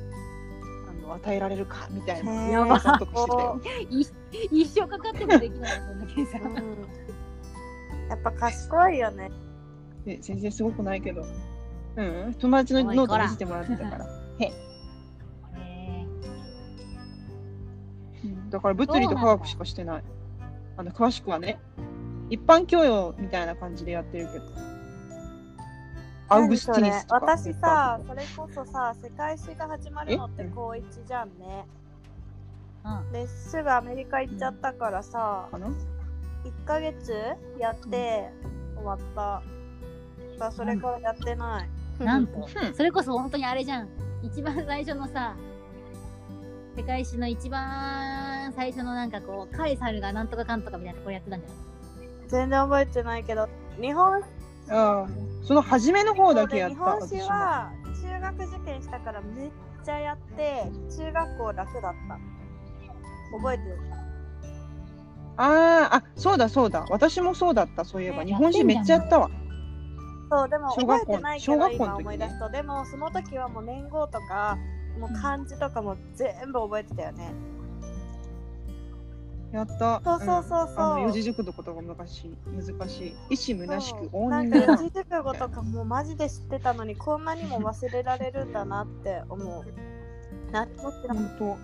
Speaker 2: あの与えられるかみたい
Speaker 4: へ
Speaker 2: な。
Speaker 4: ー
Speaker 2: やばさとかしてたよ。
Speaker 3: い一生かかってもできないそんな計
Speaker 4: う
Speaker 3: 算
Speaker 4: んやっぱ賢いよね
Speaker 2: え全然すごくないけど。うん、友達のノート見せてもらってたから。
Speaker 3: へ
Speaker 2: うんだから物理と科学しかしてない。あの詳しくはね。一般教養みたいな感じでやってるけど。アウグスティニスとか。
Speaker 4: 何それ私さ、それこそさ、世界史が始まるのって
Speaker 2: え
Speaker 4: 高1じゃんね。
Speaker 3: ー
Speaker 4: ですぐアメリカ行っちゃったからさ、
Speaker 2: かな
Speaker 4: 1ヶ月やって終わった。だからそれからやってない。
Speaker 3: うん、なんと
Speaker 2: うん
Speaker 3: それこそ本当にあれじゃん一番最初のさ世界史の一番最初のなんかこうカエサルがなんとかかんとかみたいなところやってたんじゃない
Speaker 4: 全然覚えてないけど、日本
Speaker 2: ああ、その初めの方だけやっ
Speaker 4: 日
Speaker 2: た。
Speaker 4: 本史
Speaker 2: 私も
Speaker 4: は中学受験したからめっちゃやって、中学校楽だった。覚えてる
Speaker 2: あーあそうだそうだ私もそうだったそういえば日本人めっちゃやったわ
Speaker 4: そうでも
Speaker 2: 小
Speaker 4: 覚
Speaker 2: 学
Speaker 4: え
Speaker 2: 校
Speaker 4: てないけど
Speaker 2: 小学校
Speaker 4: 今
Speaker 2: の時
Speaker 4: 思
Speaker 2: ね
Speaker 4: い出すとでもその時はもう年号とかもう漢字とかも全部覚えてたよね、
Speaker 2: やった
Speaker 4: そうそうそうそう、
Speaker 2: んあの四字熟語とか難しい難しい意志虚しく
Speaker 4: そう
Speaker 2: 応
Speaker 4: なん
Speaker 2: 仁
Speaker 4: か
Speaker 2: の
Speaker 4: 四
Speaker 2: 乱
Speaker 4: 字熟語とかもうマジで知ってたのにこんなにも忘れられるんだなって思う。なって思ってなかっ
Speaker 2: 本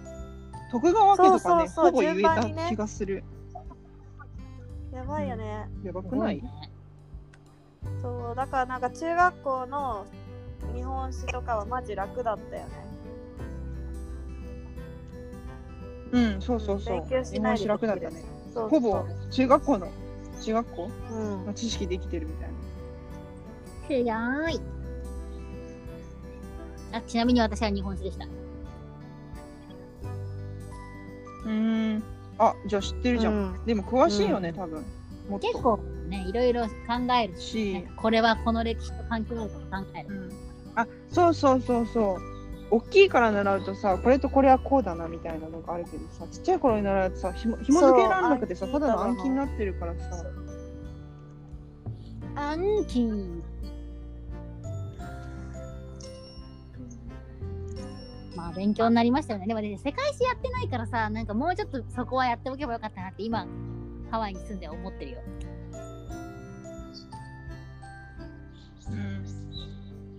Speaker 2: 当徳川家とかね
Speaker 4: そうそうそう
Speaker 2: ほぼ言え
Speaker 4: 順番にね
Speaker 2: た気がする、
Speaker 4: たやばいよね。
Speaker 2: やばくない、
Speaker 4: そうだからなんか中学校の日本史とかはマジ楽だったよね。
Speaker 2: うんそうそうそう
Speaker 4: 勉強し
Speaker 2: 日
Speaker 4: な
Speaker 2: 本
Speaker 4: いで
Speaker 2: 史楽だったね
Speaker 4: そう
Speaker 2: ほぼ中学校の中学校
Speaker 4: そううん
Speaker 2: の知識できてるみたいな
Speaker 1: すごい
Speaker 3: あちなみに私は日本史でした。
Speaker 2: うーんあじゃあ知ってるじゃん、
Speaker 4: うん
Speaker 2: でも詳しいよね、多分もっと
Speaker 3: 結構ね、いろいろ考えるし、なん
Speaker 2: し
Speaker 3: か、これはこの歴史と関係あるとか考え
Speaker 2: う
Speaker 3: る。
Speaker 2: ん、あそうそうそうそう大きいから習うとさこれとこれはこうだなみたいなのがあるけどさちっちゃい頃に習うとさひも紐付けられなくてさ
Speaker 4: そう
Speaker 2: ただの
Speaker 4: 暗
Speaker 2: 暗
Speaker 4: 記
Speaker 2: 記になってるからさ
Speaker 3: アンキー。まあ勉強になりましたよね。でもね、世界史やってないからさ、なんかもうちょっとそこはやっておけばよかったなって今、ハワイに住んで思ってるよ。
Speaker 2: う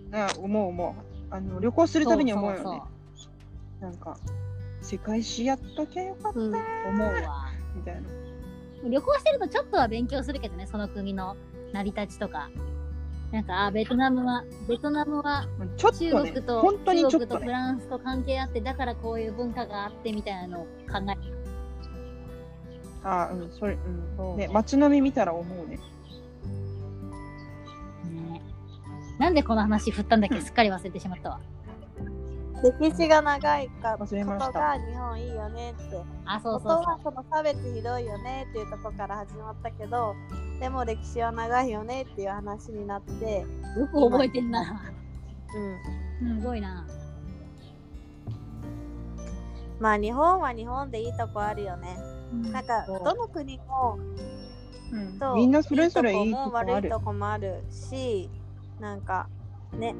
Speaker 2: んね思う思うあの旅行するたびに思うよね
Speaker 3: そうそう
Speaker 2: なんか世界史やっときゃよかった
Speaker 3: そううん、思うわ。
Speaker 2: みたいな
Speaker 3: 旅行してるとちょっとは勉強するけどねその国の成り立ちとかなんかあベトナムはベトナムは
Speaker 2: まあちょっ
Speaker 3: 中
Speaker 2: と
Speaker 3: 国
Speaker 2: ね
Speaker 3: と
Speaker 2: 本当にちょ
Speaker 3: 中
Speaker 2: っ
Speaker 3: 国と
Speaker 2: と
Speaker 3: フ
Speaker 2: ね
Speaker 3: ランスと関係あってだからこういう文化があってみたいなのを考えて
Speaker 2: あうんそれ
Speaker 3: そう
Speaker 2: うんね街並み見たら思うね
Speaker 3: ねなんでこの話振ったんだっけすっかり忘れてしまったわ
Speaker 4: 歴史が長いかこと
Speaker 2: 忘れました
Speaker 4: が日本いいよねって。
Speaker 3: あそう
Speaker 4: 本当
Speaker 3: そう
Speaker 4: はその差別ひどいよねっていうとこから始まったけどでも歴史は長いよねっていう話になって、
Speaker 3: そうよく覚えてんな
Speaker 4: うん、
Speaker 3: すごいな
Speaker 4: まあ日本は日本でいいとこあるよね。なんか
Speaker 3: そう
Speaker 4: どの国も
Speaker 2: うん
Speaker 4: そう
Speaker 2: みんなそれぞれいい
Speaker 4: とことも
Speaker 2: こあ
Speaker 4: 悪い
Speaker 2: る
Speaker 4: とこもあるしなんかね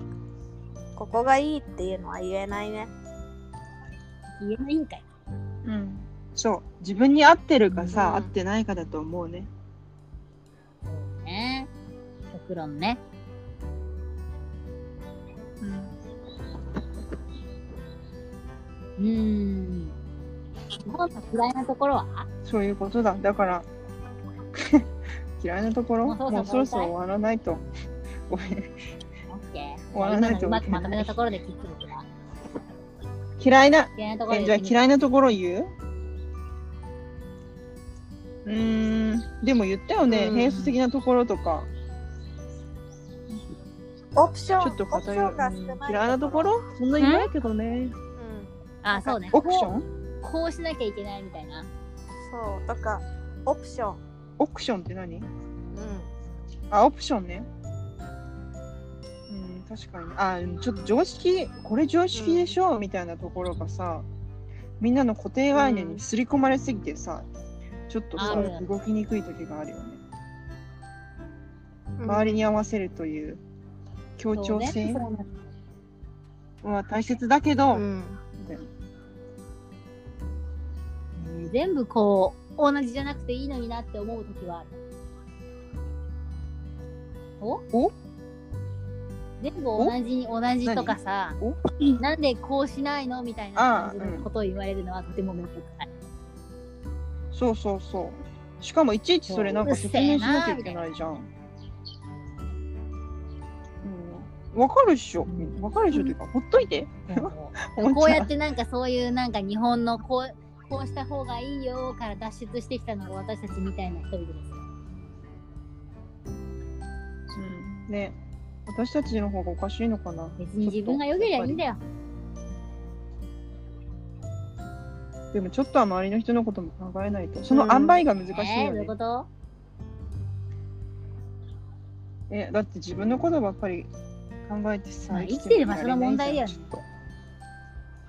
Speaker 4: ここがいいっていうのは言えないね
Speaker 3: 言えないんかい
Speaker 2: うんそう自分に合ってるかさ、
Speaker 4: うん
Speaker 2: 合ってないかだと思うね
Speaker 3: ね極論ねうーん日本の嫌いなところは
Speaker 2: そういうことだだから [laughs] 嫌いなところ
Speaker 3: もうそろそろ
Speaker 2: もうそろそろ終わらないとごめん
Speaker 3: オッケー
Speaker 2: 終わらない
Speaker 3: 今の
Speaker 2: と
Speaker 3: う
Speaker 2: 思
Speaker 3: ま
Speaker 2: うけど
Speaker 3: くまとめたところで切ってみてな
Speaker 2: 嫌いな
Speaker 3: 嫌いなところ
Speaker 2: え
Speaker 3: で
Speaker 2: じゃあ
Speaker 3: 言ってみて
Speaker 2: 嫌いなところ言ううーんでも言ったよね、
Speaker 4: うん
Speaker 2: 変数的なところとか
Speaker 4: オプション
Speaker 2: ちょっと
Speaker 4: オプシ
Speaker 2: 偏
Speaker 4: ョ
Speaker 2: る
Speaker 4: ンが
Speaker 2: う
Speaker 4: 少
Speaker 2: ん
Speaker 4: ない
Speaker 2: 嫌いなところそんなにないけどね
Speaker 4: うん
Speaker 3: あそうね
Speaker 2: オプション
Speaker 3: こうしなきゃいけないみたいな。
Speaker 4: そうとかオプション
Speaker 2: オプションって何
Speaker 4: うん
Speaker 2: あ、オプションね。うん、確かに。あ、うんちょっと常識、これ常識でしょ、みたいなところがさ、みんなの固定概念に刷り込まれすぎてさ、ちょっとさ
Speaker 3: ある、
Speaker 2: 動きにくい時があるよね。周りに合わせるという協調性
Speaker 3: そうね
Speaker 2: は大切だけど、
Speaker 4: うん
Speaker 2: みたいな
Speaker 3: うん全部こう同じじゃなくていいのになって思う時はある。お
Speaker 2: お
Speaker 3: 全部同じ同じとかさ
Speaker 2: お
Speaker 3: なんでこうしないのみたいな感じのことを言われるのはとても面倒く
Speaker 2: [laughs]
Speaker 3: さい。
Speaker 2: そうそうそう。しかもいちいちそれなんか説明しなきゃいけないじゃん。うん、わかるっしょ。わかるっしょっていうか、ほっといて。
Speaker 3: でもこうやってなんかそういうなんか日本のこうこうした方がいいよから脱出してきたのが私たちみたいな人々ですよ。
Speaker 2: うんね私たちの方がおかしいのかな
Speaker 3: 別に自分が良けりゃいいんだよ。
Speaker 2: でもちょっとは周りの人のことも考えないとその塩梅が難しいよ
Speaker 3: えー、どうい
Speaker 2: ね
Speaker 3: う、こと
Speaker 2: ねだって自分のことばっかり考えてさ、
Speaker 3: まあ
Speaker 2: もいられないじゃん
Speaker 3: 生きてる場所の問題だよね
Speaker 2: ちょっと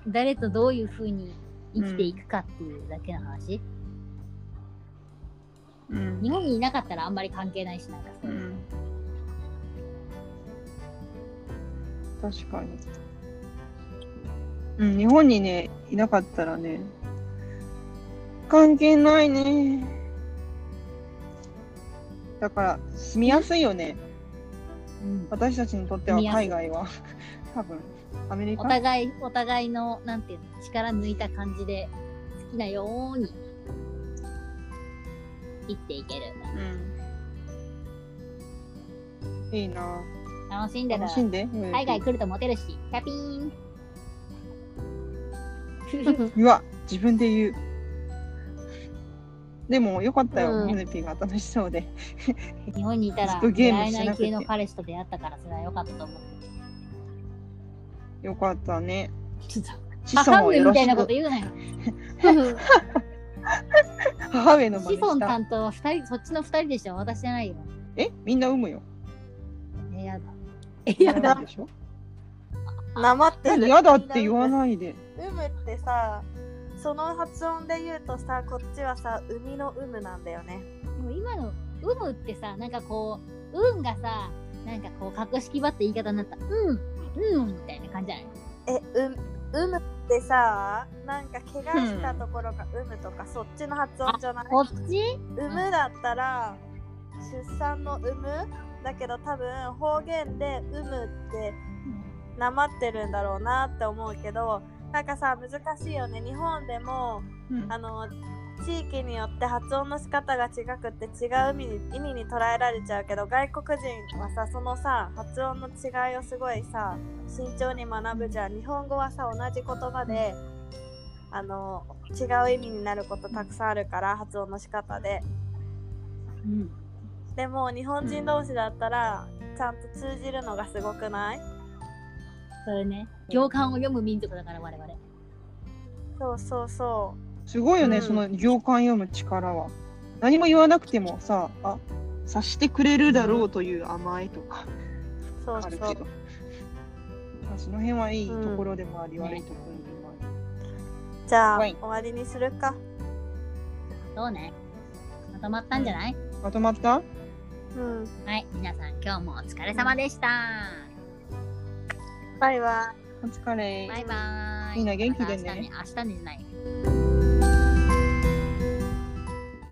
Speaker 3: 誰とどういうふうに生きていくかっていうだけの話、
Speaker 2: うん
Speaker 3: 日本にいなかったらあんまり関係ないしなんか
Speaker 2: う
Speaker 3: さ
Speaker 2: ん確かに。うん、日本にね、いなかったらね、関係ないね。だから、住みやすいよね。
Speaker 3: うん
Speaker 2: 私たちにとっては
Speaker 3: 住みやす
Speaker 2: 海
Speaker 3: い
Speaker 2: 外は、 [laughs] 多分、アメリ
Speaker 3: お
Speaker 2: カ。
Speaker 3: 互いお互いのなんていうの力抜いた感じで好きなように生きていける
Speaker 2: うん。いいなぁ
Speaker 3: 楽しんでる
Speaker 2: 楽しんで。うん
Speaker 3: 海外来るとモテるしキャピーン
Speaker 2: うわ、自分で言う。でも、よかったよ、
Speaker 4: うん
Speaker 2: ミネピーが楽しそうで。
Speaker 3: 日本にいた
Speaker 2: ず
Speaker 3: ら
Speaker 2: っと
Speaker 3: 出
Speaker 2: ゲーム
Speaker 3: 会え
Speaker 2: し
Speaker 3: な
Speaker 2: てないくて
Speaker 3: 系の彼氏と出会ったからそれは良かったと思う
Speaker 2: よかったね。
Speaker 3: ちょっと
Speaker 2: [laughs] 子
Speaker 3: バカ
Speaker 2: 孫
Speaker 3: ン
Speaker 2: を
Speaker 3: ヌ
Speaker 2: よ
Speaker 3: み
Speaker 2: ろ
Speaker 3: たい
Speaker 2: し
Speaker 3: なこと
Speaker 2: く。
Speaker 3: 言う
Speaker 2: [laughs]
Speaker 3: なよ
Speaker 2: 母上の真
Speaker 3: 子
Speaker 2: 似
Speaker 3: 孫
Speaker 2: した。
Speaker 3: 担当は二人そっちの二人でしょ私じゃないよ
Speaker 2: え、みんな産むよ。
Speaker 3: えやだえやだ
Speaker 2: でしょ。
Speaker 4: なまってる
Speaker 2: 嫌だって言わ
Speaker 4: い
Speaker 2: ないで。
Speaker 4: 有無ってさその発音で言うとさこっちはさ海の有無なんだよね
Speaker 3: もう今の「うむ」ってさなんかこう「うん」がさなんかこう格式ばった言い方になった「うん」「うん」みたいな感じじゃない
Speaker 4: えう有無ってさなんか怪我したところが有無とか、そっちの発音じゃない
Speaker 3: こっち
Speaker 4: 産むだったら出産の産むだけど多分方言で産むってなまってるんだろうなって思うけどなんかさ難しいよね日本でも
Speaker 2: うん
Speaker 4: あの地域によって発音の仕方が違くって違う意味に意味に捉えられちゃうけど外国人はさそのさ発音の違いをすごいさ慎重に学ぶじゃん日本語はさ同じ言葉であの違う意味になることたくさんあるから発音の仕方で
Speaker 3: うん
Speaker 4: でも日本人同士だったらちゃんと通じるのがすごくない
Speaker 3: それね行間を読む民族だから我々
Speaker 4: そうそうそ
Speaker 2: すごいよね、
Speaker 4: うん
Speaker 2: その行間読む力は。何も言わなくてもさ、あ、察してくれるだろうという甘えとか
Speaker 4: うそう
Speaker 2: あるけ
Speaker 4: そう
Speaker 2: ど。まあその辺はいい
Speaker 4: うん
Speaker 2: ところでもあり、悪いところでもあり。
Speaker 4: じゃあ
Speaker 2: はい
Speaker 4: 終わりにするか
Speaker 3: どうねまとまったんじゃない、
Speaker 2: まとまった
Speaker 4: うん
Speaker 3: はい皆さん今日もお疲れ様でした、
Speaker 4: バイバイ
Speaker 2: お疲れ。
Speaker 3: バイバーイ
Speaker 2: みんな元気でね
Speaker 3: また明日ね明日ねじゃない
Speaker 4: 「